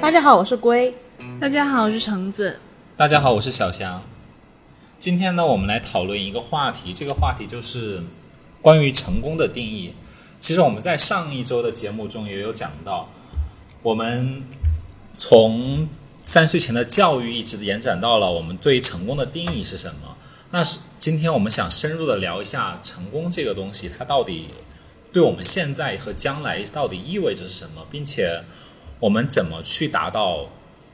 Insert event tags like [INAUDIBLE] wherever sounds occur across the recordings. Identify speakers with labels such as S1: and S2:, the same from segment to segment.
S1: 大家好，我是龟。
S2: 大家好，我是橙子。
S3: 大家好，我是小翔。今天呢，我们来讨论一个话题，这个话题就是关于成功的定义。其实我们在上一周的节目中也有讲到，我们从三岁前的教育一直延展到了我们对于成功的定义是什么。那是今天我们想深入的聊一下成功这个东西，它到底对我们现在和将来到底意味着什么，并且我们怎么去达到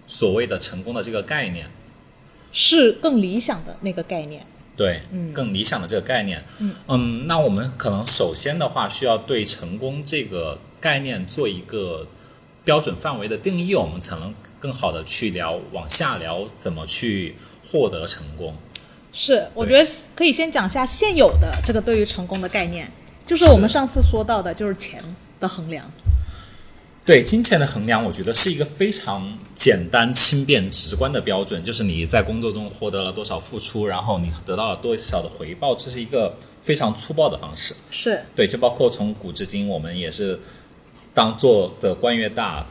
S3: 所谓的成功的这个概念。
S1: 是更理想的那个概念。
S3: 对，更理想的这个概念。嗯那我们可能首先的话，需要对成功这个概念做一个标准范围的定义，我们才能更好的去聊往下聊怎么去获得成功。
S1: 是，我觉得可以先讲一下现有的这个对于成功的概念，就是我们
S3: 是
S1: 上次说到的，就是钱的衡量。
S3: 对金钱的衡量，我觉得是一个非常简单、轻便、直观的标准，就是你在工作中获得了多少付出，然后你得到了多少的回报，这是一个非常粗暴的方式。
S1: 是，
S3: 对，这包括从古至今，我们也是当做的官越大，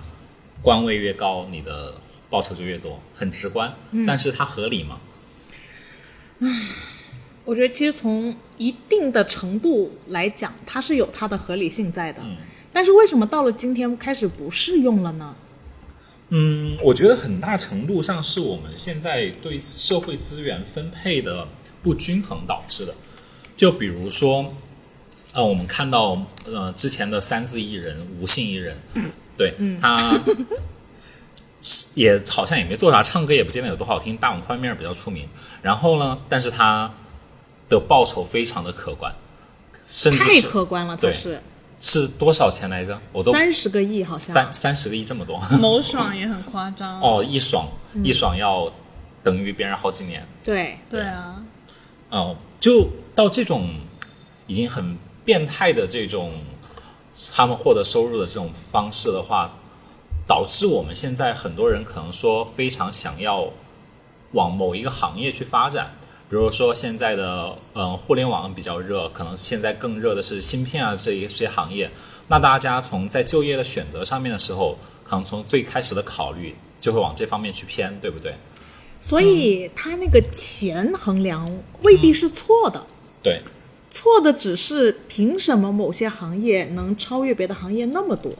S3: 官位越高，你的报酬就越多，很直观。但是它合理吗？
S1: 我觉得其实从一定的程度来讲，它是有它的合理性在
S3: 嗯
S1: 的。但是为什么到了今天开始不适用了呢？
S3: 嗯，我觉得很大程度上是我们现在对社会资源分配的不均衡导致的。就比如说，呃，我们看到呃之前的三字艺人、吴姓艺人，对、
S1: 嗯
S3: 他是也好像也没做啥，唱歌也不见得有多好听，大碗宽面比较出名。然后呢，但是他的报酬非常的可观，甚至
S1: 太
S3: 是
S1: 客观了，它
S3: 对
S1: 是
S3: 是多少钱来着？我都
S1: 三十啊个亿好像。
S3: 三三十个亿这么多。
S2: [LAUGHS] 某爽也很夸张。
S3: 哦，一爽一爽要等于别人好几年，
S1: 对，
S2: 对啊，
S3: 哦，就到这种已经很变态的这种他们获得收入的这种方式的话，导致我们现在很多人可能说非常想要往某一个行业去发展。比如说现在的嗯互联网比较热，可能现在更热的是芯片啊这一些行业。那大家从在就业的选择上面的时候，可能从最开始的考虑就会往这方面去偏，对不对？
S1: 所以它那个钱衡量未
S3: 嗯
S1: 必是错的。
S3: 对，
S1: 错的只是凭什么某些行业能超越别的行业那么多，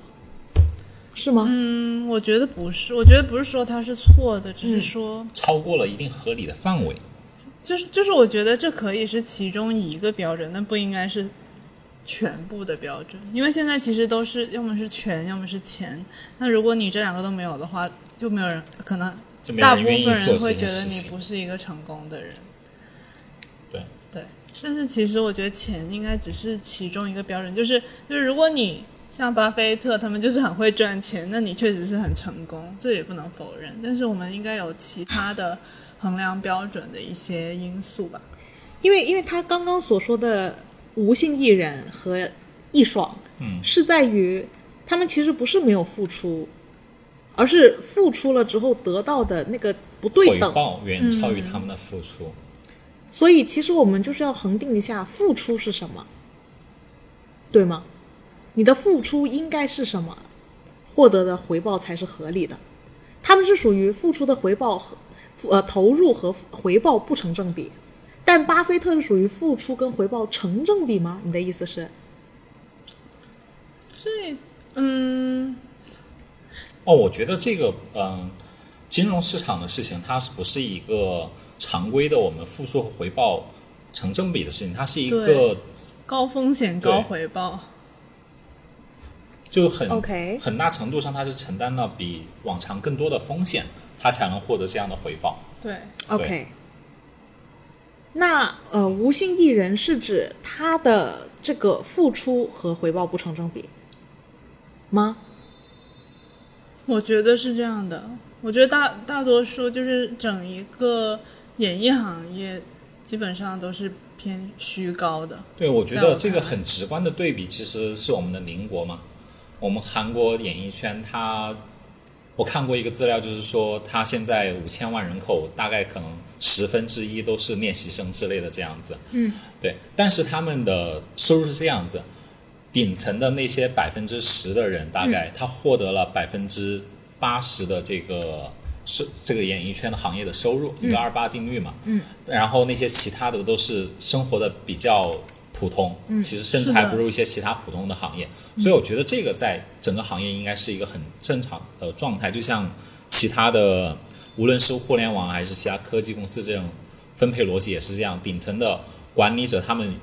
S1: 是吗？
S2: 嗯，我觉得不是，我觉得不是说他是错的，只是说，
S3: 超过了一定合理的范围。
S2: 就是就是，我觉得这可以是其中一个标准，但不应该是全部的标准，因为现在其实都是要么是权，要么是钱。那如果你这两个都没有的话，就没有人可能
S3: 就没有
S2: 大
S3: 人
S2: 部
S3: 愿意
S2: 分
S3: 做
S2: 人
S3: 这
S2: 会
S3: 件
S2: 觉
S3: 事
S2: 得你
S3: 情
S2: 不是一个成功的人。
S3: 对，
S2: 对，但是其实我觉得钱应该只是其中一个标准，就是就是如果你像巴菲特他们就是很会赚钱，那你确实是很成功，这也不能否认。但是我们应该有其他的衡量标准的一些因素吧。
S1: 因为因为他刚刚所说的无性艺人和易爽，
S3: 嗯
S1: 是在于他们其实不是没有付出，而是付出了之后得到的那个不对
S3: 回
S1: 等。
S3: 报远超于他们的付出。
S1: 所以其实我们就是要恒定一下付出是什么，对吗？你的付出应该是什么，获得的回报才是合理的。他们是属于付出的回报和付呃投入和回报不成正比，但巴菲特是属于付出跟回报成正比吗？你的意思是？
S2: 这嗯，
S3: 哦，我觉得这个嗯、金融市场的事情，它是不是一个常规的我们付出和回报成正比的事情？它是一个
S2: 对高风险
S3: 对
S2: 高回报。
S3: 就很
S1: OK
S3: 很大程度上，它是承担了比往常更多的风险，它才能获得这样的回报。
S2: 对，
S1: OK，那呃，无性艺人是指他的这个付出和回报不成正比吗？
S2: 我觉得是这样的。我觉得大大多数就是整一个演艺行业，基本上都是偏虚高的。
S3: 对，我觉
S2: 在我
S3: 得
S2: 看
S3: 这个
S2: 来
S3: 很直观的对比其实是我们的邻国嘛。我们韩国演艺圈它，我看过一个资料，就是说它现在五千万人口，大概可能十分之一都是练习生之类的这样子。嗯，对。但是他们的收入是这样嗯子，顶层的那些百分之十的人，大概他获得了百分之八十的这个是这个演艺圈的行业的收入，一个二八定律嘛。
S1: 嗯。
S3: 然后那些其他的都是生活的比较普通，嗯其实甚至
S2: 是的
S3: 还不如一些其他普通的行业。所以我觉得这个在整个行业应该是一个很正常的状态，就像其他的，无论是互联网还是其他科技公司这种分配逻辑也是这样，顶层的管理者他们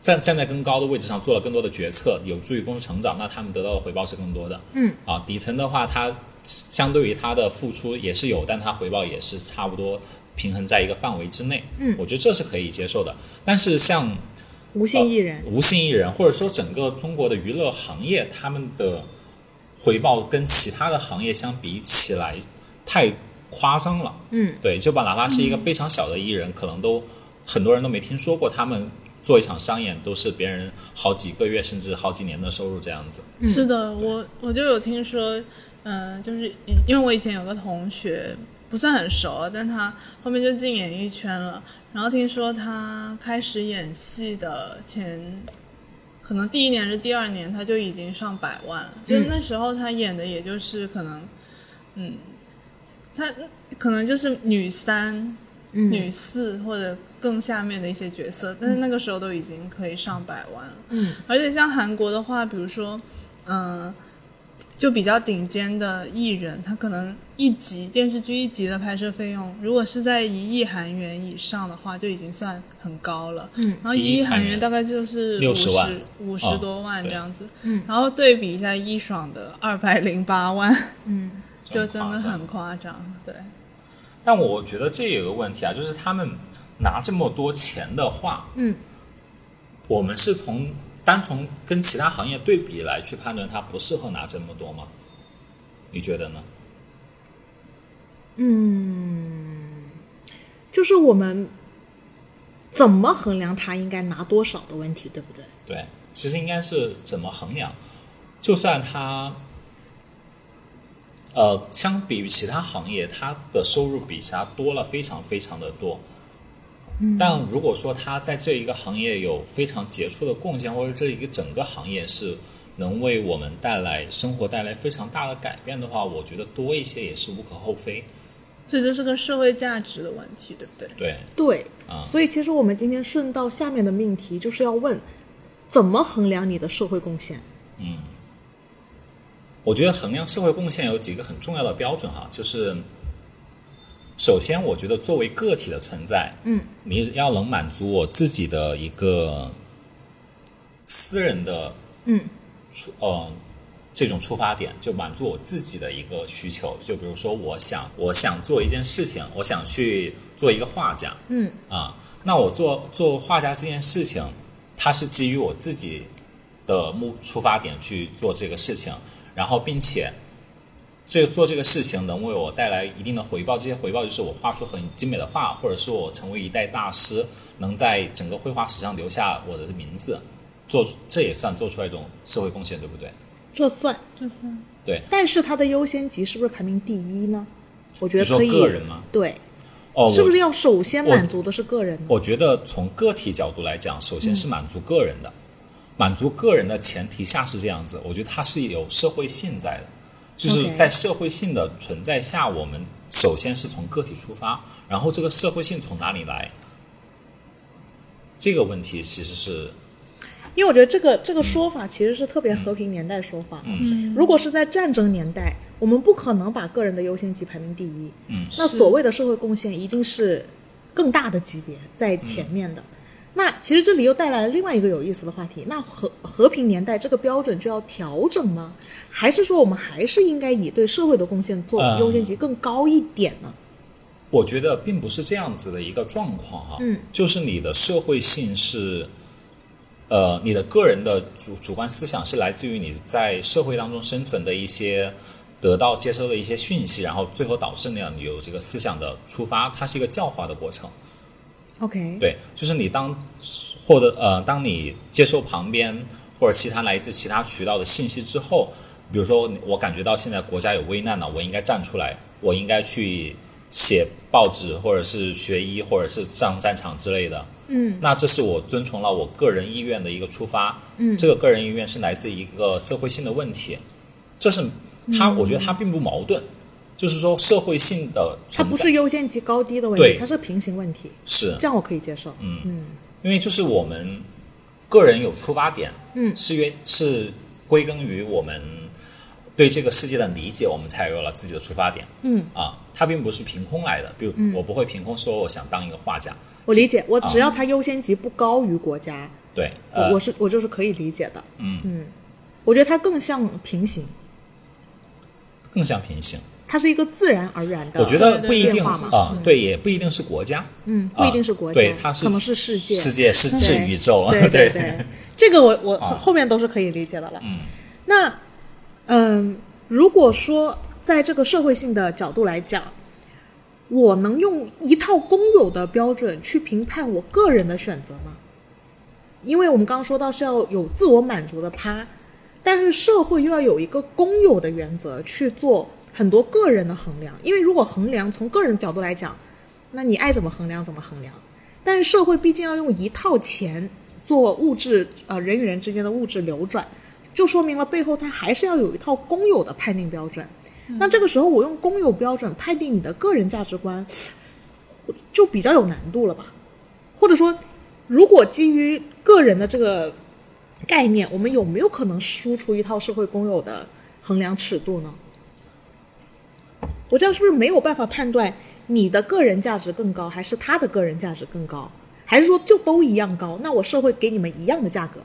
S3: 站站在更高的位置上做了更多的决策，有助于公司成长，那他们得到的回报是更多的。
S1: 嗯，
S3: 啊，底层的话，他相对于他的付出也是有，但他回报也是差不多平衡在一个范围之内。
S1: 嗯
S3: 我觉得这是可以接受的。但是像
S1: 无
S3: 呃
S1: 性艺人，
S3: 无性艺人，或者说整个中国的娱乐行业，他们的回报跟其他的行业相比起来太夸张了。
S1: 嗯，
S3: 对，就把哪怕是一个非常小的艺人，可能都很多人都没听说过，他们做一场商演都是别人好几个月甚至好几年的收入这样子。
S2: 是的，我我就有听说，嗯、就是因因为我以前有个同学不算很熟啊，但他后面就进演艺圈了。然后听说他开始演戏的前，可能第一年还是第二年，他就已经上百万了。就是那时候他演的，也就是可能，嗯，他可能就是女三、
S1: 嗯
S2: 女四或者更下面的一些角色，但是那个时候都已经可以上百万了。
S1: 嗯
S2: 而且像韩国的话，比如说，嗯、就比较顶尖的艺人，他可能一集电视剧一集的拍摄费用，如果是在一亿韩元以上的话，就已经算很高了。
S1: 嗯
S2: 然后一
S3: 一亿
S2: 亿
S3: 韩
S2: 韩
S3: 元
S2: 元大概就是
S3: 60万
S2: 五
S3: 哦
S2: 十啊多万
S3: 对
S2: 这样子。
S1: 嗯
S2: 然后对比一下一爽的二百零八万，
S1: 嗯
S2: 就真的
S3: 这样
S2: 很夸张。对，
S3: 但我觉得这有个问题啊，就是他们拿这么多钱的话，
S1: 嗯
S3: 我们是从单从跟其他行业对比来去判断他不适合拿这么多吗？你觉得呢？
S1: 嗯，就是我们怎么衡量他应该拿多少的问题，对不对？
S3: 对，其实应该是怎么衡量？就算他，呃，相比于其他行业，他的收入比其他多了非常非常的多。嗯，但如果说他在这一个行业有非常杰出的贡献，或者这一个整个行业是能为我们带来生活带来非常大的改变的话，我觉得多一些也是无可厚非。
S2: 所以这是个社会价值的问题，对不对？
S3: 对，
S1: 对，
S3: 啊、
S1: 所以其实我们今天顺到下面的命题，就是要问怎么衡量你的社会贡献？
S3: 我觉得衡量社会贡献有几个很重要的标准哈，就是首先，我觉得作为个体的存在，
S1: 嗯，
S3: 你要能满足我自己的一个私人的
S1: 嗯
S3: 出呃这种出发点，就满足我自己的一个需求。就比如说，我想我想做一件事情，我想去做一个画家，
S1: 嗯
S3: 啊，那我做做画家这件事情，它是基于我自己的目出发点去做这个事情，然后并且这做这个事情能为我带来一定的回报，这些回报就是我画出很精美的画，或者是我成为一代大师，能在整个绘画史上留下我的名字，做这也算做出来一种社会贡献，对不对？
S1: 这算，
S2: 就是
S3: 对，
S1: 但是它的优先级是不是排名第一呢？我觉
S3: 你
S1: 得
S3: 说
S1: 可以，
S3: 个人吗？
S1: 对，
S3: 哦，
S1: 是
S3: 我
S1: 不是要首先
S3: 我
S1: 满足的是个人呢？
S3: 我觉得从个体角度来讲，首先是满足个人的，满足个人的前提下是这样子，我觉得它是有社会性在的，就是
S1: OK
S3: 在社会性的存在下，我们首先是从个体出发，然后这个社会性从哪里来，这个问题其实是
S1: 因为我觉得这个这个说法其实是特别和平年代说法。
S3: 嗯
S1: 如果是在战争年代，我们不可能把个人的优先级排名第一。
S3: 嗯
S1: 那所谓的社会贡献一定是更大的级别在
S3: 嗯
S1: 前面的。那其实这里又带来了另外一个有意思的话题：那和和平年代这个标准就要调整吗？还是说我们还是应该以对社会的贡献做
S3: 嗯
S1: 优先级更高一点呢？
S3: 我觉得并不是这样子的一个状况哈、
S1: 嗯，
S3: 就是你的社会性是，呃，你的个人的主主观思想是来自于你在社会当中生存的一些得到接收的一些讯息，然后最后导致那样你有这个思想的出发，它是一个教化的过程。
S1: OK，
S3: 对，就是你当获得呃，当你接受旁边或者其他来自其他渠道的信息之后，比如说我感觉到现在国家有危难了，我应该站出来，我应该去写报纸或者是学医或者是上战场之类的。
S1: 嗯
S3: 那这是我遵从了我个人意愿的一个出发，
S1: 嗯
S3: 这个
S1: 嗯
S3: 个人意愿是来自一个社会性的问题，这是它，我觉得它并不矛盾，就是说社会性的
S1: 它
S3: 存
S1: 不
S3: 在，
S1: 是优先级高低的问题
S3: 对，嗯
S1: 它是平行问题，
S3: 是
S1: 这样我可以接受。
S3: 因为就是我们个人有出发点，
S1: 嗯
S3: 是约是归根于我们对这个世界的理解，我们才有了自己的出发点，
S1: 嗯
S3: 啊，它并不是凭空来的，比如我不会凭空说我想当一个画家，
S1: 我理解，我只要它优先级不高于国家，
S3: 对，啊呃
S1: 我我，是我就是可以理解的。
S3: 嗯
S1: 我觉得它更像平行，
S3: 更像平行，
S1: 它是一个自然而然的。
S3: 我觉得不
S1: 对对
S3: 一定
S1: 变化嘛
S3: 啊，对，也不一定是国家，
S1: 嗯，
S3: 啊
S1: 不一定是国家，
S3: 对，它是
S1: 可能是世界。
S3: 世界是是
S1: 对
S3: 宇宙， [LAUGHS]
S1: 对对
S3: 对，
S1: 对，这个我我
S3: 啊
S1: 后面都是可以理解的了。
S3: 嗯
S1: 那，嗯，如果说在这个社会性的角度来讲，我能用一套公有的标准去评判我个人的选择吗？因为我们刚刚说到是要有自我满足的趴，但是社会又要有一个公有的原则去做很多个人的衡量。因为如果衡量从个人的角度来讲，那你爱怎么衡量怎么衡量。但是社会毕竟要用一套钱做物质呃人与人之间的物质流转，就说明了背后它还是要有一套公有的判定标准。那这个时候我用公有标准判定你的个人价值观，就比较有难度了吧？或者说，如果基于个人的这个概念，我们有没有可能输出一套社会公有的衡量尺度呢？我这样是不是没有办法判断你的个人价值更高，还是他的个人价值更高，还是说就都一样高？那我社会给你们一样的价格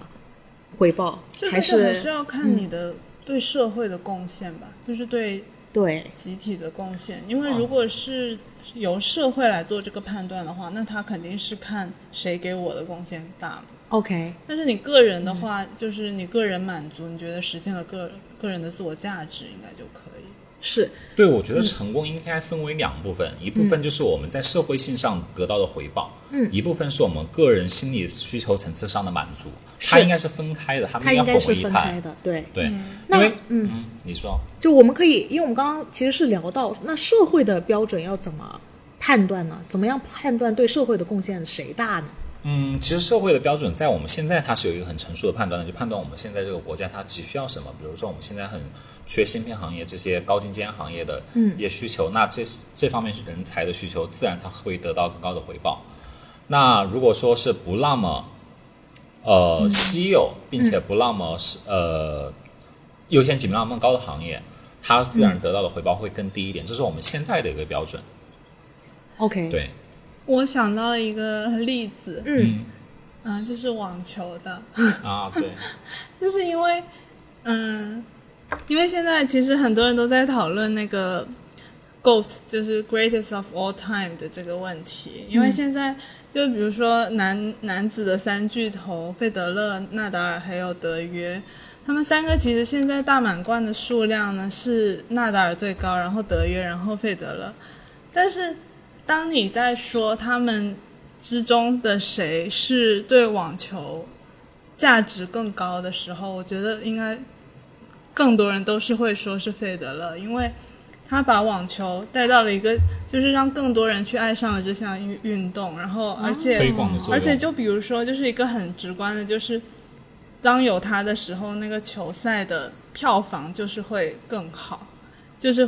S1: 回报，
S2: 这
S1: 还
S2: 个
S1: 是嗯
S2: 还是要看你的对社会的贡献吧，就是对
S1: 对
S2: 集体的贡献。因
S1: 哦
S2: 为如果是由社会来做这个判断的话，那他肯定是看谁给我的贡献大嘛。
S1: ？OK，
S2: 但是你个人
S1: 嗯
S2: 的话，就是你个人满足，你觉得实现了个个人的自我价值，应该就可以。
S1: 是
S3: 对，我
S1: 嗯
S3: 觉得成功应该分为两部分，一部分就是我们在社会性上得到的回报，嗯，一部分是我们个人心理需求层次上的满足，它
S1: 是
S3: 应该是分开的，它
S1: 它
S3: 们
S1: 应该
S3: 该
S1: 是
S3: 混为一
S1: 分
S3: 谈
S1: 开。的，对。
S3: 对，
S1: 那
S3: 因为嗯，你说
S1: 就我们可以，因为我们刚刚其实是聊到那社会的标准要怎么判断呢？怎么样判断对社会的贡献谁大呢？
S3: 嗯，其实社会的标准在我们现在它是有一个很成熟的判断的，就判断我们现在这个国家它急需要什么。比如说我们现在很缺芯片行业这些高精尖行业的
S2: 嗯
S3: 一些需求，那这这方面人才的需求，自然它会得到更高的回报。那如果说是不那么呃、
S2: 嗯
S3: 稀有，并且不那么是、呃优先级不那么高的行业，它自
S2: 嗯
S3: 然得到的回报会更低一点。这是我们现在的一个标准。
S1: OK，
S3: 对，
S2: 我想到了一个例子，
S1: 嗯
S2: 嗯、就是网球的，
S3: 啊，对，
S2: 就是因为，嗯，因为现在其实很多人都在讨论那个 GOAT，就是 Greatest of All Time 的这个问题，因为现在就比如说男男子的三巨头费德勒、纳达尔还有德约，他们三个其实现在大满贯的数量呢是纳达尔最高，然后德约，然后费德勒，但是当你在说他们之中的谁是对网球价值更高的时候，我觉得应该更多人都是会说是费德勒，因为他把网球带到了一个，就是让更多人去爱上了这项运运动，然后而且
S3: 推广的作用。
S2: 而且就比如说，就是一个很直观的，就是当有他的时候，那个球赛的票房就是会更好，就是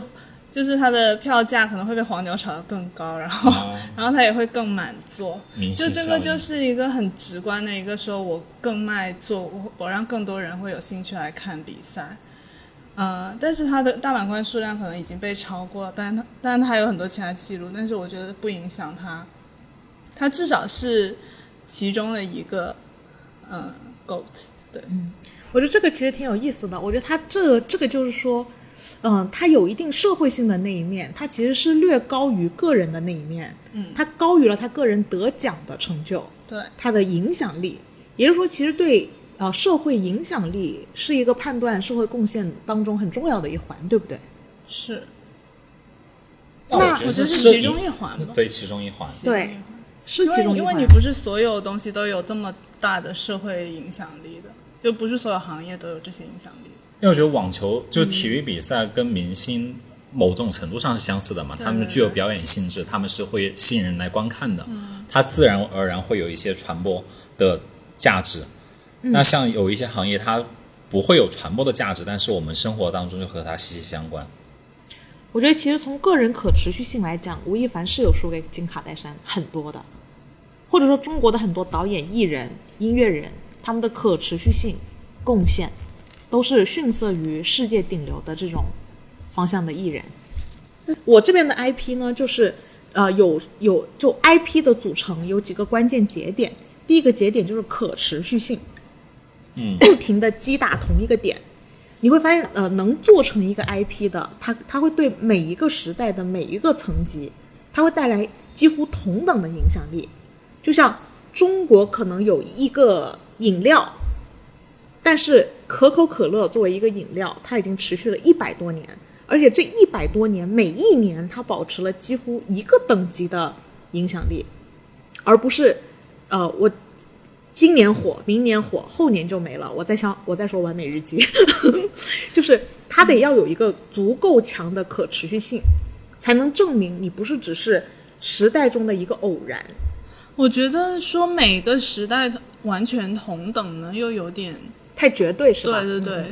S2: 就是他的票价可能会被黄牛炒得更高，然后、
S3: 哦
S2: [LAUGHS] 然后他也会更满座。
S3: 明
S2: 就
S3: 星
S2: 这
S3: 效
S2: 个
S3: 应
S2: 就是一个很直观的一个，说我更卖座，我我让更多人会有兴趣来看比赛。呃，但是他的大满贯数量可能已经被超过了，但他但他有很多其他记录，但是我觉得不影响他，他至少是其中的一个，嗯、g o a t 对，
S1: 嗯我觉得这个其实挺有意思的。我觉得它这这个就是说，嗯、它有一定社会性的那一面，它其实是略高于个人的那一面，嗯，它高于了他个人得奖的成就，
S2: 对，
S1: 它的影响力，也就是说，其实对呃社会影响力是一个判断社会贡献当中很重要的一环，对不对？
S2: 是，
S3: 但
S1: 那
S3: 觉
S2: 我觉
S3: 得
S2: 得
S3: 这
S2: 是其
S3: 一
S2: 中一环吧。
S3: 对，其中一环。
S1: 对，是
S2: 因
S1: 其
S2: 为
S1: 中一
S2: 因为
S1: 环。
S2: 你不是所有东西都有这么大的社会影响力的，就不是所有行业都有这些影响力。
S3: 因为我觉得网球
S2: 嗯
S3: 就体育比赛跟明星某种程度上是相似的嘛，他们具有表演性质，他们是会吸引人来观看的，
S2: 嗯
S3: 它自然而然会有一些传播的价值。
S2: 嗯
S3: 那像有一些行业，它不会有传播的价值，但是我们生活当中就和它息息相关。
S1: 我觉得其实从个人可持续性来讲，吴亦凡是有输给金卡戴珊很多的，或者说中国的很多导演、艺人、音乐人，他们的可持续性贡献都是逊色于世界顶流的这种方向的艺人。我这边的 IP 呢，就是呃有有就 IP 的组成有几个关键节点，第一个节点就是可持续性，
S3: 嗯，
S1: 不停的击打同一个点，你会发现呃能做成一个 IP 的，它它会对每一个时代的每一个层级，它会带来几乎同等的影响力，就像中国可能有一个饮料，但是可口可乐作为一个饮料，它已经持续了一百多年，而且这一百多年每一年它保持了几乎一个等级的影响力，而不是，呃，我今年火，明年火，后年就没了。我在想，我在说完美日记， [LAUGHS] 就是它得要有一个足够强的可持续性，才能证明你不是只是时代中的一个偶然。
S2: 我觉得说每个时代完全同等呢，又有点
S1: 太绝对是吧？嗯
S2: 对对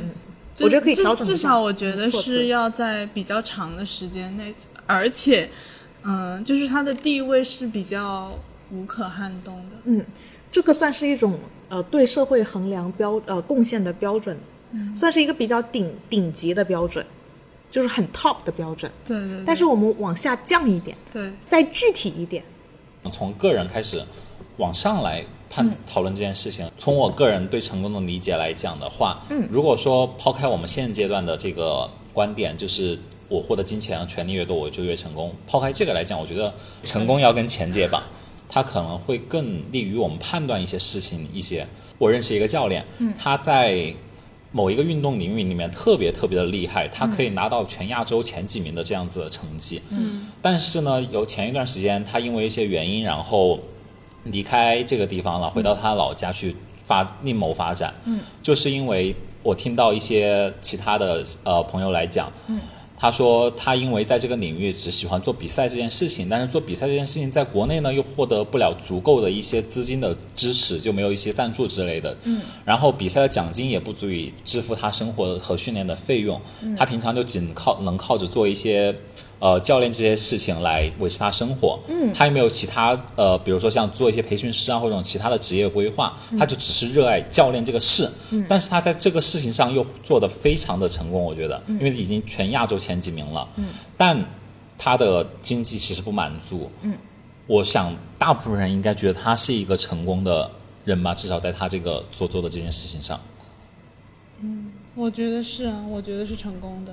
S2: 对。
S1: 我觉得可以
S2: 至
S1: 调整一下
S2: 至少我觉得
S1: 措辞
S2: 是要在比较长的时间内，而且，嗯、就是他的地位是比较无可撼动的。
S1: 嗯，这个算是一种呃对社会衡量标呃贡献的标准，算是一个比较顶顶级的标准，就是很 top 的标准。
S2: 对对对，
S1: 但是我们往下降一点，
S2: 对
S1: 再具体一点，
S3: 从个人开始往上来判讨论这件事情。从我个人对成功的理解来讲的话，嗯，如果说抛开我们现阶段的这个观点，就是我获得金钱和权力越多，我就越成功。抛开这个来讲，我觉得成功要跟钱解绑，它可能会更利于我们判断一些事情一些。我认识一个教练，嗯，他在。某一个运动领域里面特别特别的厉害，他可以拿到全亚洲前几名的这样子的成绩。嗯，但是呢，有前一段时间他因为一些原因，然后离开这个地方了，回到他老家去发另谋发展。嗯，就是因为我听到一些其他的呃朋友来讲，嗯，他说他因为在这个领域只喜欢做比赛这件事情，但是做比赛这件事情在国内呢又获得不了足够的一些资金的支持，就没有一些赞助之类的。嗯，然后比赛的奖金也不足以支付他生活和训练的费用，他平常就仅靠能靠着做一些。呃，教练这些事情来维持他生活，嗯，他也没有其他呃，比如说像做一些培训师啊，或者这种其他的职业规划，他就只是热爱教练这个事，嗯，但是他在这个事情上又做得非常的成功，我觉得，因为已经全亚洲前几名了，嗯，但他的经济其实不满足，嗯，我想大部分人应该觉得他是一个成功的人吧，至少在他这个所做的这件事情上，
S2: 我觉得是啊，我觉得是成功的。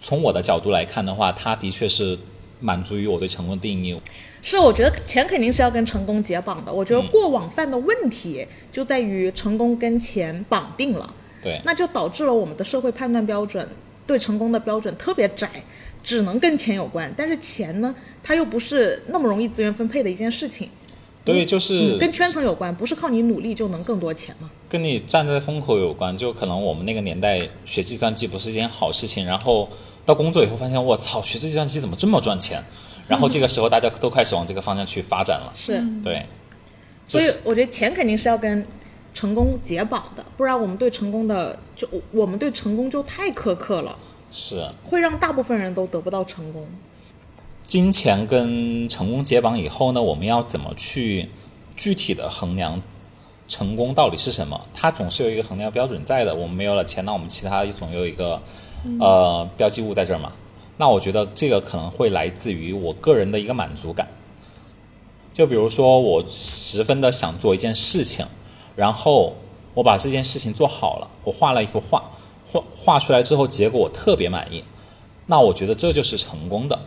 S3: 从我的角度来看的话，他的确是满足于我对成功的定义，
S1: 是，我觉得钱肯定是要跟成功解绑的。我觉得过往犯的问题就在于成功跟钱绑定了，
S3: 对，
S1: 那就导致了我们的社会判断标准对成功的标准特别窄，只能跟钱有关。但是钱呢，它又不是那么容易资源分配的一件事情，
S3: 对，就是
S1: 跟圈层有关，不是靠你努力就能更多钱嘛。
S3: 跟你站在风口有关，就可能我们那个年代学计算机不是一件好事情，然后到工作以后发现，我操，学计算机怎么这么赚钱？然后这个时候大家都开始往这个方向去发展了，
S1: 是，
S3: 对，
S1: 所以
S3: 就是
S1: 我觉得钱肯定是要跟成功解绑的，不然我们对成功的就我们对成功就太苛刻了，
S3: 是
S1: 会让大部分人都得不到成功。
S3: 金钱跟成功解绑以后呢，我们要怎么去具体的衡量成功到底是什么？它总是有一个衡量标准在的。我们没有了钱，那我们其他总有一个呃标记物在这儿嘛。那我觉得这个可能会来自于我个人的一个满足感。就比如说，我十分的想做一件事情，然后我把这件事情做好了，我画了一幅画，画画出来之后，结果我特别满意，那我觉得这就是成功的。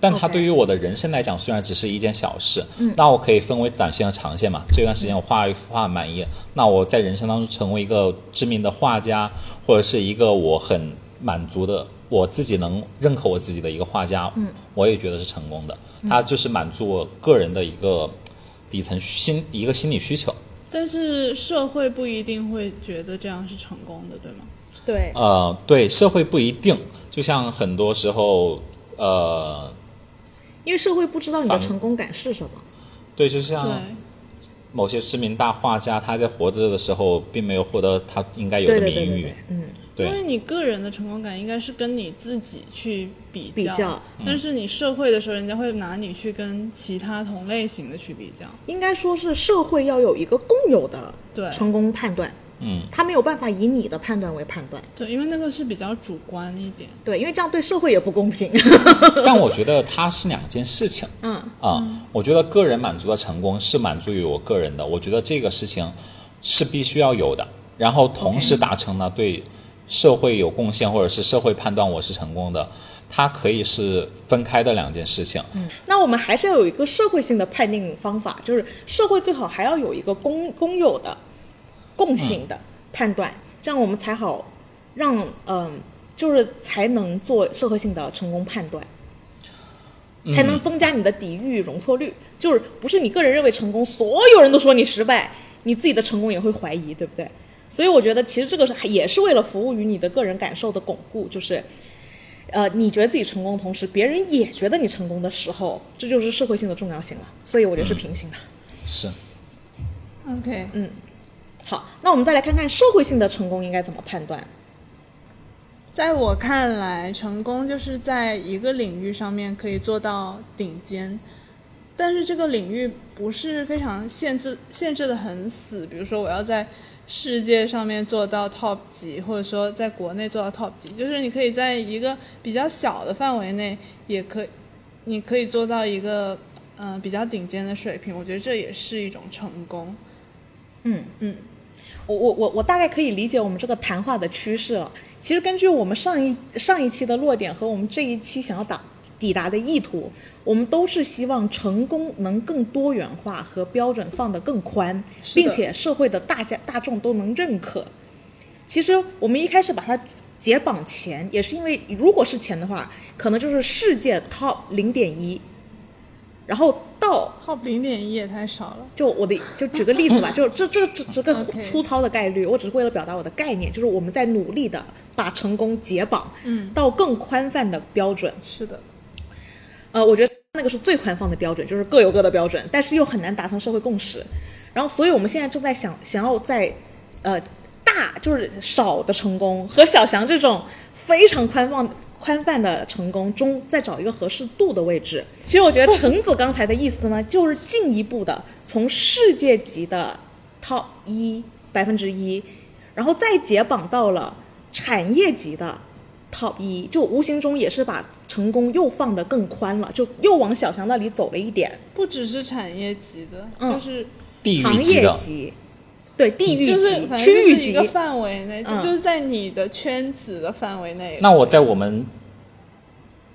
S3: 但它
S1: OK
S3: 对于我的人生来讲，虽然只是一件小事，那我可以分为短线和长线嘛。这段时间我画一幅画满意，那我在人生当中成为一个知名的画家，或者是一个我很满足的，我自己能认可我自己的一个画家，嗯，我也觉得是成功的。它就是满足我个人的一个底层心一个心理需求。
S2: 但是社会不一定会觉得这样是成功的，对吗？
S1: 对，
S3: 呃，对，社会不一定，就像很多时候，呃，
S1: 因为社会不知道你的
S3: 反
S1: 成功感是什么。
S3: 对，就像
S1: 啊
S2: 对，
S3: 某些知名大画家，他在活着的时候并没有获得他应该有
S1: 对
S3: 的
S1: 对
S3: 名
S1: 对
S3: 誉，
S1: 对对，嗯，
S3: 对
S2: 因为你个人的成功感应该是跟你自己去比较，
S1: 比较嗯
S2: 但是你社会的时候，人家会拿你去跟其他同类型的去比较。
S1: 应该说是社会要有一个共有的
S2: 对
S1: 成功判断，
S3: 嗯，
S1: 他没有办法以你的判断为判断，
S2: 对，因为那个是比较主观一点。
S1: 对，因为这样对社会也不公平。
S3: 但我觉得它是两件事情。
S1: 嗯，
S3: 啊、我觉得个人满足的成功是满足于我个人的，我觉得这个事情是必须要有的，然后同时达成了对社会有贡献，或者是社会判断我是成功的，它可以是分开的两件事情。
S1: 那我们还是要有一个社会性的判定方法，就是社会最好还要有一个公公有的、共性的判断，这样我们才好让嗯、就是才能做社会性的成功判断，才能增加你的抵御容错率。就是不是你个人认为成功，所有人都说你失败，你自己的成功也会怀疑，对不对？所以我觉得其实这个是还也是为了服务于你的个人感受的巩固，就是呃，你觉得自己成功的同时，别人也觉得你成功的时候，这就是社会性的重要性了。所以我觉得是平行的。
S3: 是，
S2: OK，
S1: 好，那我们再来看看社会性的成功应该怎么判断。
S2: 在我看来，成功就是在一个领域上面可以做到顶尖，但是这个领域不是非常限制限制的很死。比如说，我要在世界上面做到 top 级，或者说在国内做到 top 级，就是你可以在一个比较小的范围内，也可你可以做到一个嗯、呃比较顶尖的水平。我觉得这也是一种成功。
S1: 我我我我大概可以理解我们这个谈话的趋势了。其实根据我们上一上一期的落点和我们这一期想要打抵达的意图，我们都是希望成功能更多元化和标准放得更宽，
S2: 是的
S1: 并且社会的大家大众都能认可。其实我们一开始把它解绑前，也是因为如果是前的话，可能就是世界 top 零点一，然后到
S2: top 零点一也太少了。
S1: 就我的就举个例子吧，就这这这这个
S2: OK
S1: 粗糙的概率，我只是为了表达我的概念，就是我们在努力的把成功解绑，嗯，到更宽泛的标准。
S2: 是的，
S1: 呃，我觉得那个是最宽放的标准，就是各有各的标准，但是又很难达成社会共识。然后，所以我们现在正在想想要在呃大就是少的成功和小翔这种非常宽放宽泛的成功中，再找一个合适度的位置。其实我觉得橙子刚才的意思呢，就是进一步的从世界级的 top 一百分之一，然后再解绑到了产业级的 top 一，就无形中也是把成功又放得更宽了，就又往小强那里走了一点。
S2: 不只是产业级的，
S1: 嗯
S2: 就是。
S3: 地
S1: 行
S3: 域级
S1: 业
S3: 的，
S1: 级，对地域级、
S2: 就是反正
S1: 区
S2: 就
S1: 域
S2: 是一个
S1: 级，
S2: 范围内，
S1: 嗯
S2: 就是在你的圈子的范围内。
S3: 那我在我们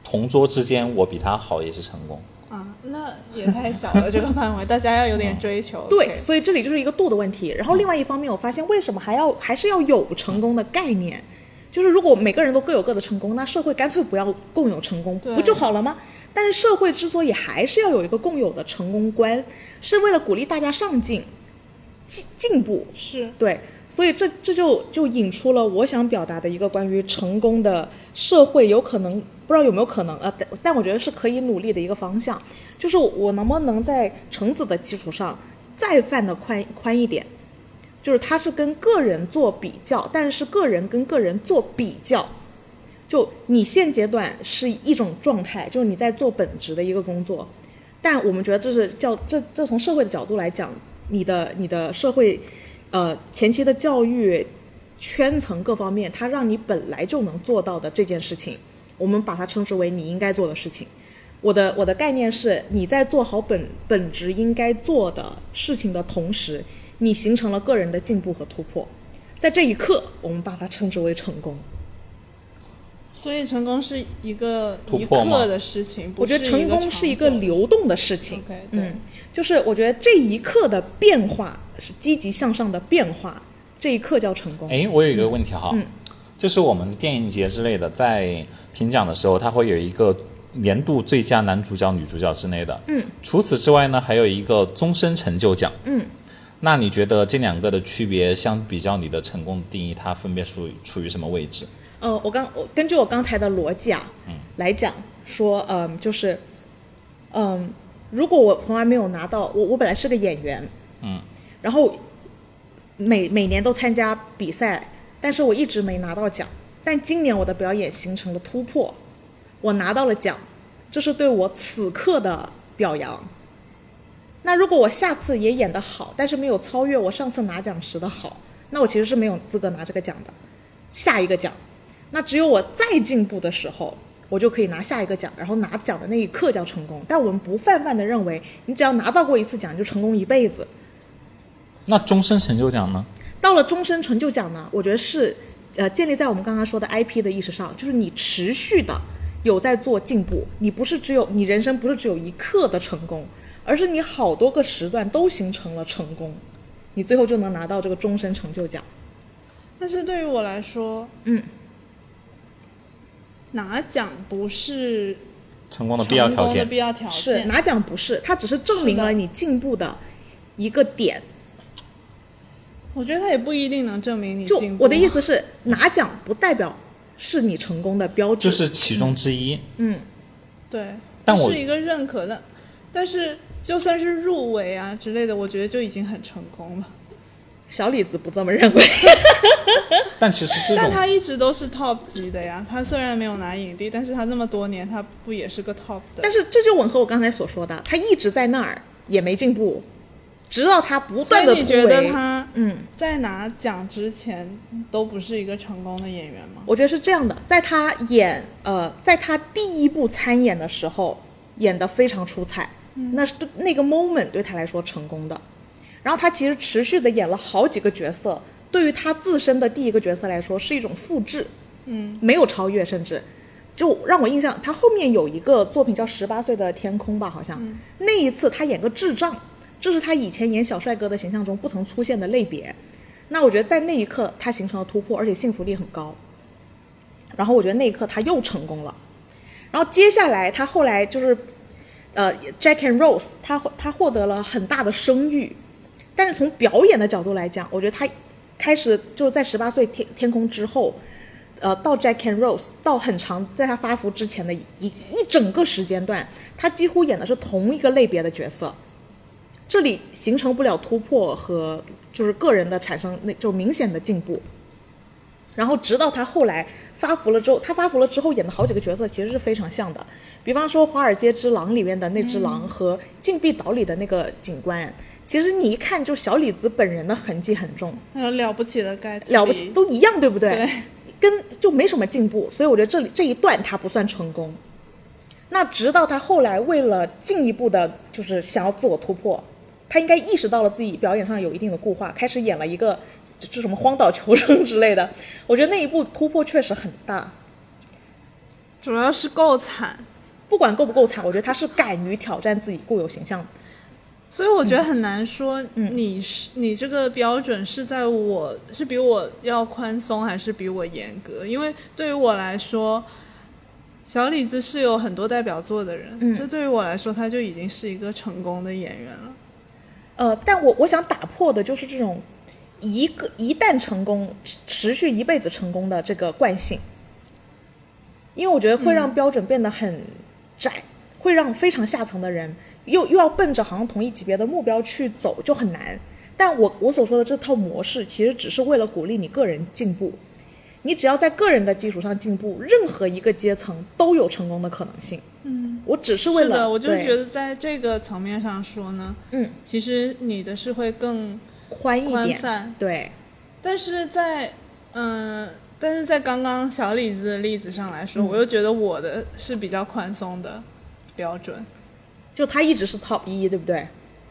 S3: 同桌之间，我比他好也是成功。
S2: 啊，那也太小了，这个范围大家要有点追求。
S1: 嗯对，
S2: OK
S1: 所以这里就是一个度的问题。然后另外一方面，我发现为什么还要还是要有成功的概念，就是如果每个人都各有各的成功，那社会干脆不要共有成功，
S2: 对
S1: 不就好了吗？但是社会之所以还是要有一个共有的成功观，是为了鼓励大家上进、进进步，
S2: 是
S1: 对，所以这这就就引出了我想表达的一个关于成功的社会有可能不知道有没有可能呃，但但我觉得是可以努力的一个方向，就是我能不能在橙子的基础上再泛的宽宽一点，就是它是跟个人做比较，但是个人跟个人做比较。就你现阶段是一种状态，就是你在做本职的一个工作，但我们觉得这是教这这从社会的角度来讲，你的你的社会，呃前期的教育圈层各方面，它让你本来就能做到的这件事情，我们把它称之为你应该做的事情。我的我的概念是，你在做好本本职应该做的事情的同时，你形成了个人的进步和突破，在这一刻，我们把它称之为成功。
S2: 所以成功是一个
S3: 突
S2: 一
S3: 破吗
S2: 刻的事情，不
S1: 我觉得成功是
S2: 是
S1: 一
S2: 一
S1: 个
S2: 个
S1: 流动的事情。
S2: OK，对
S1: 嗯，就是我觉得这一刻的变化是积极向上的变化，这一刻叫成功。
S3: 诶，哎我有一个问题哈，
S2: 嗯
S3: 就是我们电影节之类的，在评奖的时候，它会有一个年度最佳男主角、女主角之类的。嗯，除此之外呢，还有一个终身成就奖。嗯，那你觉得这两个的区别，相比较你的成功定义，它分别属于处于什么位置？
S1: 呃，我刚我根据我刚才的逻辑啊，来讲说，嗯、就是，嗯、如果我从来没有拿到，我我本来是个演员，嗯，然后每每年都参加比赛，但是我一直没拿到奖。但今年我的表演形成了突破，我拿到了奖，这是对我此刻的表扬。那如果我下次也演得好，但是没有超越我上次拿奖时的好，那我其实是没有资格拿这个奖的。下一个奖，那只有我再进步的时候，我就可以拿下一个奖，然后拿奖的那一刻叫成功。但我们不泛泛的认为，你只要拿到过一次奖，你就成功一辈子。
S3: 那终身成就奖呢？
S1: 到了终身成就奖呢，我觉得是呃建立在我们刚刚说的 IP 的意识上，就是你持续的有在做进步，你不是只有你人生不是只有一刻的成功，而是你好多个时段都形成了成功，你最后就能拿到这个终身成就奖。
S2: 但是对于我来说，
S1: 嗯，
S2: 拿奖不是
S3: 成功的必要
S2: 成
S3: 条
S2: 功的
S3: 件
S2: 必。要条
S1: 是
S2: 件
S1: 拿奖不是，它只是证明
S2: 是的
S1: 了你进步的一个点。
S2: 我觉得他也不一定能证明你
S1: 就
S2: 进步。
S1: 我的意思是，拿奖不代表是你成功的标志。
S3: 就是其中之一。
S2: 对，
S3: 但
S2: 这
S3: 我
S2: 是一个认可的，但是就算是入围啊之类的，我觉得就已经很成功了。
S1: 小李子不这么认为。 [LAUGHS]
S3: 但其实这
S2: 但
S3: 种
S2: 他一直都是 top 级的呀，他虽然没有拿影帝，但是他那么多年，他不也是个 top 的？
S1: 但是这就吻合我刚才所说的，他一直在那儿也没进步，直到他不
S2: 所
S1: 断的
S2: 以
S1: 突
S2: 你
S1: 围。
S2: 觉得他
S1: 嗯，
S2: 在拿奖之前都不是一个成功的演员吗？
S1: 我觉得是这样的，在他演呃，在他第一部参演的时候，演得非常出彩，那是对那个 moment 对他来说成功的。然后他其实持续的演了好几个角色，对于他自身的第一个角色来说是一种复制，嗯，没有超越，甚至就让我印象，他后面有一个作品叫《十八岁的天空》吧，好像、那一次他演个智障，这是他以前演小帅哥的形象中不曾出现的类别。那我觉得在那一刻他形成了突破，而且幸福力很高。然后我觉得那一刻他又成功了。然后接下来他后来就是，呃，Jack and Rose，他他获得了很大的声誉，但是从表演的角度来讲，我觉得他开始就是在十八岁天天空之后，呃，到 Jack and Rose 到很长，在他发福之前的一一整个时间段，他几乎演的是同一个类别的角色。这里形成不了突破和就是个人的产生那就明显的进步，然后直到他后来发福了之后，他发福了之后演的好几个角色其实是非常像的，比方说《华尔街之狼》里面的那只狼和《禁闭岛》里的那个警官，其实你一看就小李子本人的痕迹很重，
S2: 还有了不起的盖茨比
S1: 了不起，都一样，对不对？
S2: 对
S1: 跟就没什么进步，所以我觉得这里这一段他不算成功。那直到他后来为了进一步的，就是想要自我突破，他应该意识到了自己表演上有一定的固化，开始演了一个这这什么荒岛求生之类的。我觉得那一步突破确实很大，
S2: 主要是够惨，
S1: 不管够不够惨，我觉得他是敢于挑战自己固有形象的。
S2: 所以我
S1: 嗯
S2: 觉得很难说你是、你这个标准是在我是比我要宽松还是比我严格，因为对于我来说，小李子是有很多代表作的人，
S1: 嗯
S2: 这对于我来说他就已经是一个成功的演员了。
S1: 呃，但我我想打破的就是这种一个一旦成功持持续一辈子成功的这个惯性，因为我觉得会
S2: 嗯
S1: 让标准变得很窄，会让非常下层的人又又要奔着好像同一级别的目标去走就很难。但我我所说的这套模式，其实只是为了鼓励你个人进步。你只要在个人的基础上进步，任何一个阶层都有成功的可能性。嗯，我只是为
S2: 是
S1: 了，
S2: 的，我就是
S1: 对
S2: 觉得在这个层面上说呢，
S1: 嗯，
S2: 其实你的是会更
S1: 宽一
S2: 宽
S1: 点，
S2: 泛，
S1: 对，
S2: 但是在嗯、但是在刚刚小李子的例子上来
S1: 嗯
S2: 说，我又觉得我的是比较宽松的标准，
S1: 就他一直是 top 一，对不对？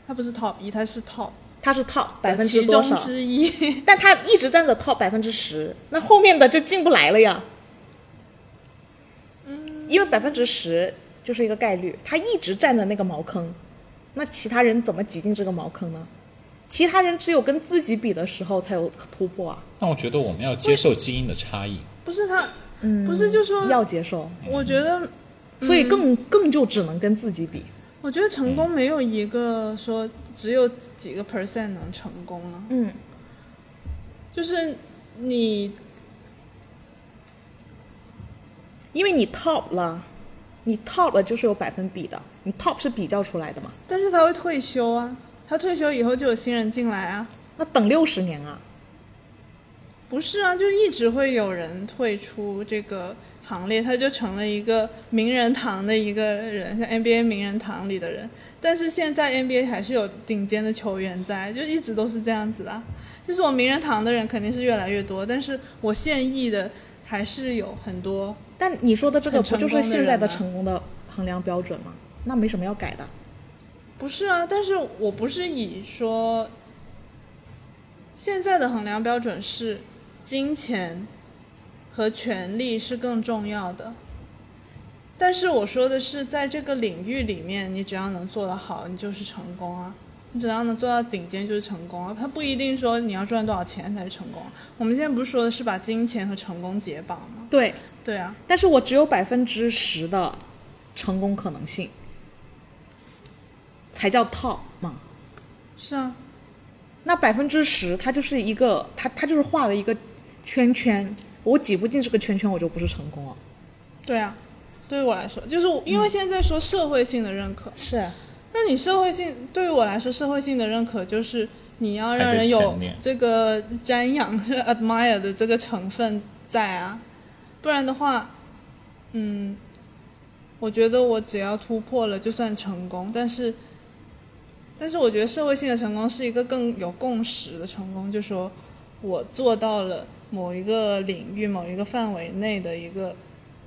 S2: 它不是 top 一，它是 top
S1: 他是 top 百
S2: 的
S1: 分
S2: 其
S1: 之多
S2: 中
S1: 少？
S2: 之一。 [LAUGHS]
S1: 但他一直占着 top 百分之十，那后面的就进不来了呀。嗯，因为百分之十就是一个概率，他一直占着那个茅坑，那其他人怎么挤进这个茅坑呢？其他人只有跟自己比的时候才有突破啊，
S3: 但我觉得我们要接受基因的差异。
S2: 不是他，不是就说，
S1: 嗯要接受，
S2: 我觉得，
S1: 所以
S2: 嗯
S1: 更、更就只能跟自己比。
S2: 我觉得成功没有一个说只有几个 percent 能成功了，
S1: 嗯，
S2: 就是你
S1: 因为你 top 了，你 top 了就是有百分比的，你 top 是比较出来的嘛。
S2: 但是他会退休啊，他退休以后就有新人进来啊。
S1: 那等六十年啊，
S2: 不是啊，就一直会有人退出这个行列，他就成了一个名人堂的一个人，像 NBA 名人堂里的人。但是现在 NBA 还是有顶尖的球员在，就一直都是这样子的。就是我名人堂的人肯定是越来越多，但是我现役的还是有很多。
S1: 但你说的这个
S2: 很
S1: 不
S2: 成
S1: 就是
S2: 功的
S1: 现在
S2: 人
S1: 的
S2: 啊
S1: 成功的衡量标准吗？那没什么要改的。
S2: 不是啊，但是我不是以说现在的衡量标准是金钱和权力是更重要的，但是我说的是在这个领域里面，你只要能做得好，你就是成功啊。你只要能做到顶尖就是成功啊，它不一定说你要赚多少钱才是成功啊。我们现在不是说的是把金钱和成功解绑吗？
S1: 对，
S2: 对啊，
S1: 但是我只有百分之十的成功可能性，才叫 top 嘛。
S2: 是啊，
S1: 那百分之十，它就是一个，它它就是画了一个圈圈，我挤不进这个圈圈，我就不是成功了。
S2: 对啊，对于我来说，就是我因为现在说社会性的认可，
S1: 是，
S2: 那你社会性对于我来说，社会性的认可就是你要让
S3: 还在
S2: 人有
S3: 前面
S2: 这个瞻仰、 [LAUGHS] 就是 admire 的这个成分在啊，不然的话，嗯，我觉得我只要突破了就算成功，但是，但是我觉得社会性的成功是一个更有共识的成功，就说我做到了某一个领域、某一个范围内的一个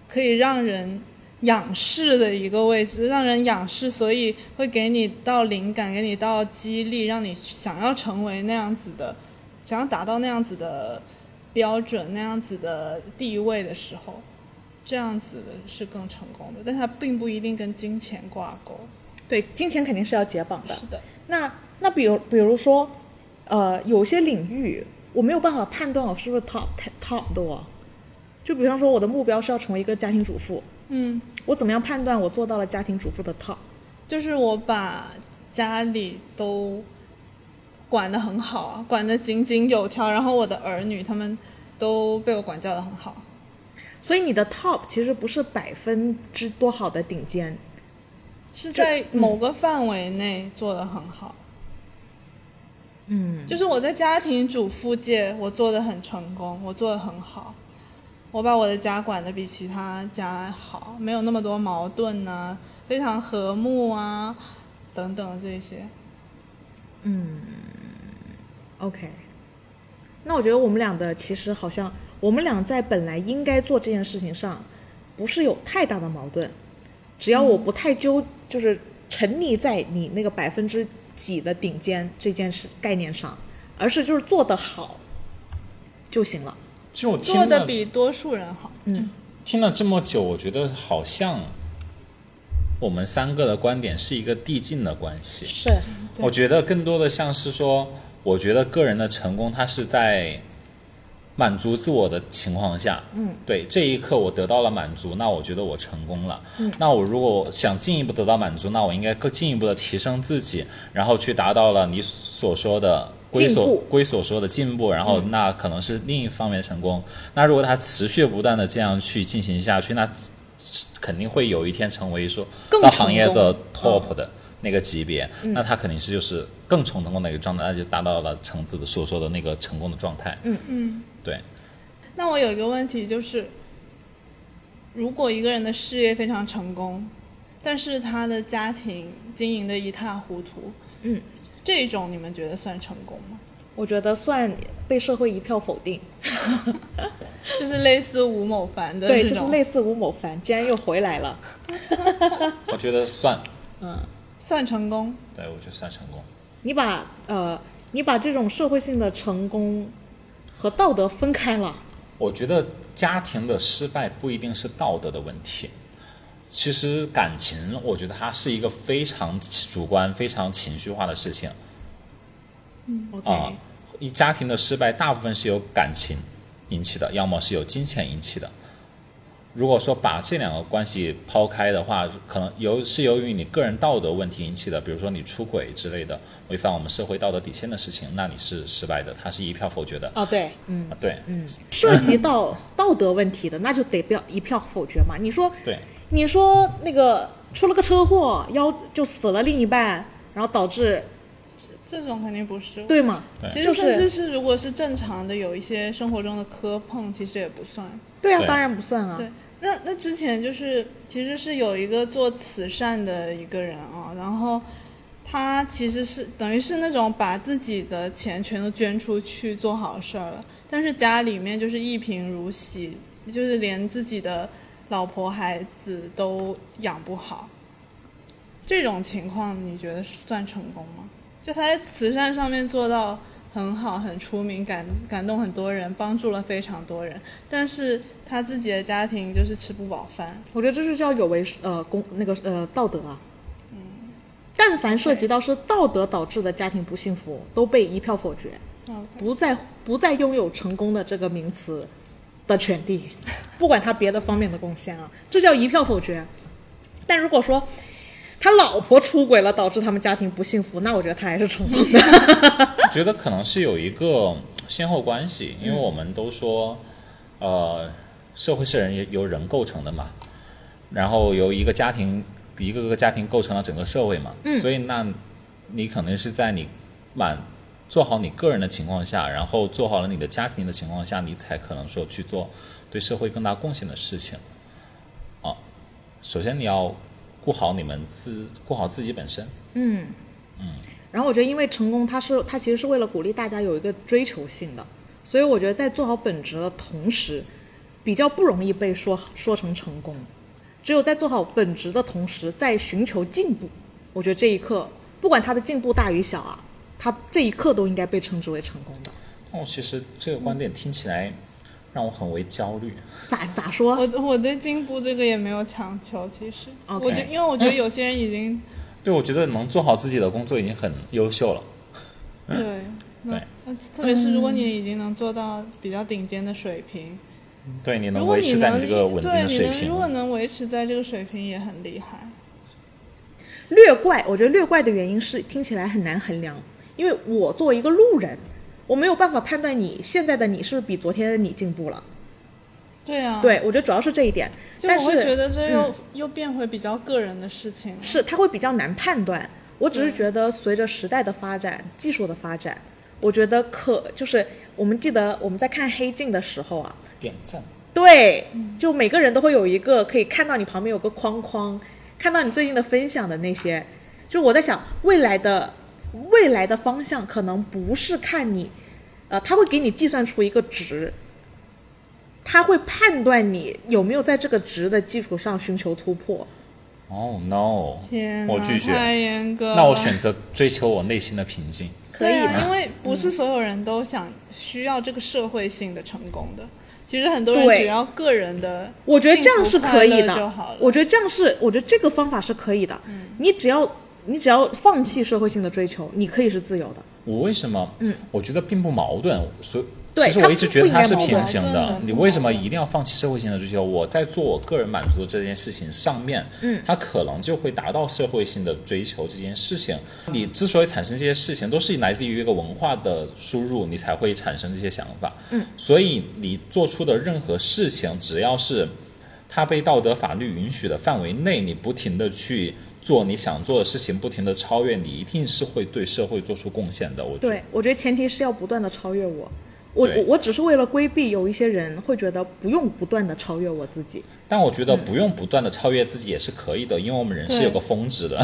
S2: 可以让人仰视的一个位置，让人仰视，所以会给你到灵感，给你到激励，让你想要成为那样子的，想要达到那样子的标准、那样子的地位的时候，这样子的是更成功的，但它并不一定跟金钱挂钩。
S1: 对，金钱肯定是要解绑的。
S2: 是的，
S1: 那那比如比如说，呃，有些领域我没有办法判断我是不是 top top 的哦。就比方说，我的目标是要成为一个家庭主妇，
S2: 嗯，
S1: 我怎么样判断我做到了家庭主妇的 top？
S2: 就是我把家里都管得很好啊，管得井井有条，然后我的儿女他们都被我管教得很好。
S1: 所以你的 top 其实不是百分之多好的顶尖，
S2: 是在某个范围内做得很好。嗯，就是我在家庭主妇界，我做得很成功，我做得很好，我把我的家管得比其他家好，没有那么多矛盾啊，非常和睦啊，等等这些。
S1: OK，那我觉得我们俩的其实好像，我们俩在本来应该做这件事情上，不是有太大的矛盾。只要我不太纠，就是沉溺在你那个百分之几的顶尖这件事概念上，而是就是做得好就行了。
S3: 其实我听
S2: 做的
S3: 了
S2: 比多数人好，
S3: 听了这么久，我觉得好像我们三个的观点是一个递进的关系。
S1: 是，
S3: 我觉得更多的像是说，我觉得个人的成功，它是在满足自我的情况下，嗯，对，这一刻我得到了满足，那我觉得我成功了。嗯，那我如果想进一步得到满足，那我应该更进一步的提升自己，然后去达到了你所说的。归
S1: 进
S3: 所
S1: 步
S3: 归所说的进步，然后那可能是另一方面的成功。那如果他持续不断的这样去进行下去，那肯定会有一天成为说
S1: 更
S3: 到
S1: 成
S3: 行业的
S1: 功
S3: top 的那个级别，那他肯定是就是更成功的一个状态，那就达到了橙子的所说的那个成功的状态。嗯嗯，对，
S2: 那我有一个问题就是，如果一个人的事业非常成功，但是他的家庭经营的一塌糊涂，
S1: 嗯，
S2: 这种你们觉得算成功吗？
S1: 我觉得算被社会一票否定。
S2: 就是类似吴某凡
S1: [LAUGHS]
S2: 的
S1: 对，
S2: 这
S1: 就是
S2: 种，
S1: 类似吴某凡，竟然又回来了。
S3: 我觉得算，
S2: 算成功。
S3: 对我觉得算成功。
S1: 你把呃，你把这种社会性的成功和道德分开了。
S3: 我觉得家庭的失败不一定是道德的问题，其实感情，我觉得它是一个非常主观、非常情绪化的事情。
S1: OK，、
S3: 啊，一家庭的失败大部分是由感情引起的，要么是由金钱引起的。如果说把这两个关系抛开的话，可能由是由于你个人道德问题引起的，比如说你出轨之类的，违反我们社会道德底线的事情，那你是失败的，它是一票否决的。
S1: 哦，对，嗯，
S3: 啊对，嗯，
S1: 涉及到道德问题的，那就得不要一票否决嘛。你说，
S3: 对，
S1: 你说那个出了个车祸，腰就死了另一半，然后导致
S2: 这种肯定不是。，
S1: 对吗？
S2: 其
S1: 就是
S2: 实甚至是如果是正常的，有一些生活中的磕碰，其实也不算。
S1: 对啊，
S3: 对
S1: 当然不算啊。
S2: 对，那那之前就是其实是有一个做慈善的一个人啊、然后他其实是等于是那种把自己的钱全都捐出去做好事儿了，但是家里面就是一贫如洗，就是连自己的老婆孩子都养不好。这种情况你觉得算成功吗？就他在慈善上面做到很好，很出名，感感动很多人，帮助了非常多人，但是他自己的家庭就是吃不饱饭。
S1: 我觉得这是叫有违呃公那个呃道德啊。
S2: 嗯
S1: 但凡涉及到是道德导致的家庭不幸福，都被一票否决，
S2: 嗯
S3: 哦
S1: 不再不再拥有成功的这个名词的权利，不管他别的方面的贡献啊，这叫一票否决。但如果说他老婆出轨了，导致他们家庭不幸福，那我觉得他还是成功的。
S3: 觉得可能是有一个先后关系，因为我们都说，呃，社会是人由人构成的嘛，然后由一个家庭一个个家庭构成了整个社会嘛，所以那你可能是在你满做好你个人的情况下，然后做好了你的家庭的情况下，你才可能说去做对社会更大贡献的事情。啊，首先你要顾好你们自顾好自己本身，
S1: 然后我觉得，因为成功，它是它其实是为了鼓励大家有一个追求性的，所以我觉得在做好本职的同时，比较不容易被说说成成功。只有在做好本职的同时，在寻求进步，我觉得这一刻，不管他的进步大与小啊，他这一刻都应该被称之为成功的。
S3: 但我其实这个观点听起来让我很为焦虑。
S1: 咋咋说？
S2: 我我对进步这个也没有强求，其实
S1: OK
S2: 我觉因为我觉得有些人已经、
S3: 对，我觉得能做好自己的工作已经很优秀了。
S2: 对，那
S3: [LAUGHS] 对
S2: 那特别是如果你已经能做到比较顶尖的水平，
S3: 对，你
S2: 如
S3: 能
S2: 果
S3: 维
S2: 你
S3: 持在
S2: 能
S3: 你这个稳定
S2: 对
S3: 的
S2: 你
S3: 水
S2: 能
S3: 平
S2: 如，果能维持在这个水平也很厉害。
S1: 略怪，我觉得略怪的原因是听起来很难衡量，因为我作为一个路人，我没有办法判断你现在的你是不是比昨天的你进步了。
S2: 对啊，，
S1: 对，我觉得主要是这一点。
S2: 就
S1: 但
S2: 我
S1: 是
S2: 会觉得这又、
S1: 嗯
S2: 又变回比较个人的事情了。
S1: 是它会比较难判断。我只
S2: 嗯
S1: 是觉得随着时代的发展、技术的发展，我觉得可就是我们记得我们在看《黑镜》的时候啊，
S3: 点赞。
S1: 对，
S2: 嗯
S1: 就每个人都会有一个可以看到你旁边有个框框，看到你最近的分享的那些。就我在想，未来的未来的方向可能不是看你，呃，他会给你计算出一个值，他会判断你有没有在这个值的基础上寻求突破。
S3: 哦、no！
S2: 天哪，
S3: 我拒
S2: 太
S3: 绝。
S2: 严格了。
S3: 那我选择追求我内心的平静。
S1: 可以
S2: 对
S1: 吗
S2: 啊，因为不是所有人都想需要这个社会性的成功的。其实很多人
S1: 对
S2: 只要个人的，
S1: 我觉得这样是可以
S2: 就
S1: 的
S2: 好了。。嗯
S1: 我觉得这样是，我觉得这个方法是可以的。你只要你只要放弃社会性的追求，你可以是自由的。
S3: 我为什么？嗯，我觉得并不矛盾。所以
S1: 对
S3: 其实
S1: 它
S3: 我一直觉得它是平行
S2: 不应该矛
S3: 的
S2: 盾。
S3: 你为什么一定要放弃社会性的追求？我在做我个人满足这件事情上面，嗯，它可能就会达到社会性的追求这件事情。你之所以产生这些事情，都是来自于一个文化的输入，你才会产生这些想法。嗯，所以你做出的任何事情，只要是它被道德法律允许的范围内，你不停的去。做你想做的事情，不停的超越，你一定是会对社会做出贡献的。我觉得
S1: 对，我觉得前提是要不断的超越我。我
S3: 对
S1: 我我只是为了规避有一些人会觉得不用不断的超越我自己，
S3: 但我觉得不用不断的超越自己也是可以的，因为我们人是有个峰值的，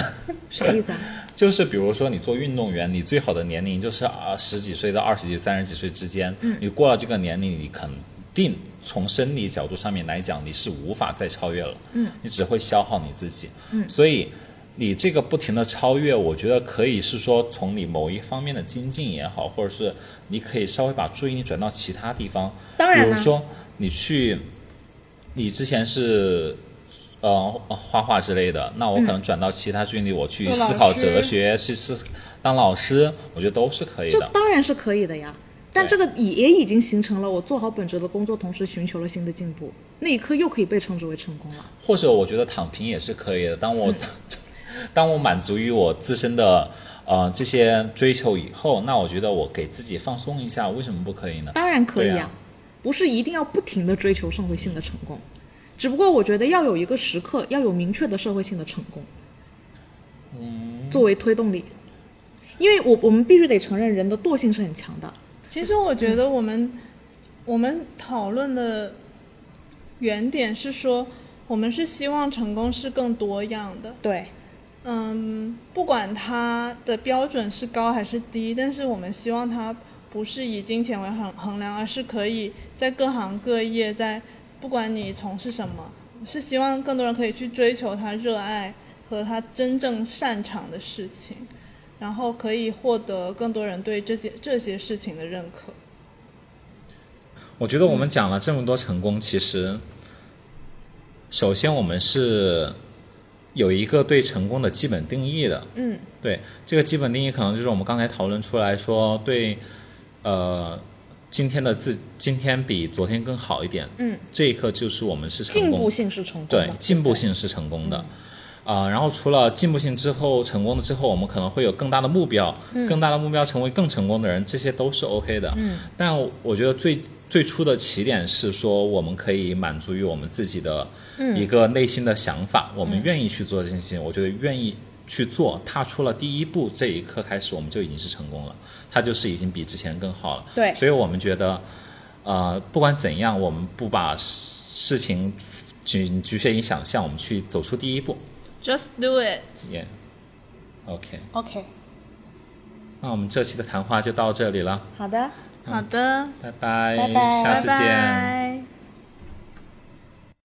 S1: 啥意思啊？
S3: 就是比如说你做运动员，你最好的年龄就是啊十几岁到二十几、三十几岁之间，
S1: 嗯
S3: 你过了这个年龄，你肯定从生理角度上面来讲，你是无法再超越了，嗯，你只会消耗你自己，嗯，所以。你这个不停的超越，我觉得可以是说从你某一方面的精进也好，或者是你可以稍微把注意力转到其他地方，
S1: 当然
S3: 比如
S1: 啦
S3: 说你去，你之前是呃画画之类的，那我可能转到其他专业，我去
S2: 嗯做
S3: 思
S2: 老
S3: 考
S2: 师
S3: 哲学，去思当老师，我觉得 [LAUGHS] 都是可以
S1: 这
S3: 的。
S1: 当然是可以的呀。但这
S3: 对
S1: 个也也已经形成了我做好本职的工作，同时寻求了新的进步，那一刻又可以被称之为成功了。
S3: 或者我觉得躺平也是可以的。当我
S2: 嗯
S3: [LAUGHS] 当我满足于我自身的呃这些追求以后，那我觉得我给自己放松一下，为什么不可以呢？
S1: 当然可以
S3: 对
S1: 啊，
S3: 啊
S1: 不是一定要不停的追求社会性的成功，只不过我觉得要有一个时刻，要有明确的社会性的成功，嗯，作为推动力。因为我我们必须得承认，人的惰性是很强的。
S2: 其实我觉得我们、我们讨论的原点是说，我们是希望成功是更多样的。
S1: 对，
S2: 嗯，不管它的标准是高还是低，但是我们希望它不是以金钱为衡衡量，而是可以在各行各业，在不管你从事什么，是希望更多人可以去追求他热爱和他真正擅长的事情，然后可以获得更多人对这些这些事情的认可。
S3: 我觉得我们讲了这么多成功，其实，首先我们是有一个对成功的基本定义的。
S1: 嗯，
S3: 对，这个基本定义可能就是我们刚才讨论出来说，对，呃，今天的自今天比昨天更好一点。
S1: 嗯，
S3: 这一刻就是我们是成
S1: 进
S3: 功
S1: 步
S3: 的
S1: 性是成功
S3: 对
S1: 的，，
S3: 进步性是成功的。啊、然后除了进步性之后成功了之后，我们可能会有更大的目标，更大的目标成为更成功的人，这些都是 OK 的。嗯，但我我觉得最最初的起点是说，我们可以满足于我们自己的一个内心的想法，我们愿意去做这件事情，我觉得愿意去做，踏出了第一步这一刻开始，我们就已经是成功了，它就是已经比之前更好了。
S1: 对
S3: 所以我们觉得，呃，不管怎样，我们不把事事情局局限于想象，我们去走出第一步。
S2: Just do it。
S3: 耶、yeah.，OK，
S1: OK，
S3: 那我们这期的谈话就到这里了，
S1: 好的。
S2: 好的，
S3: 拜拜，
S1: 拜拜
S3: 下次见。
S2: 拜拜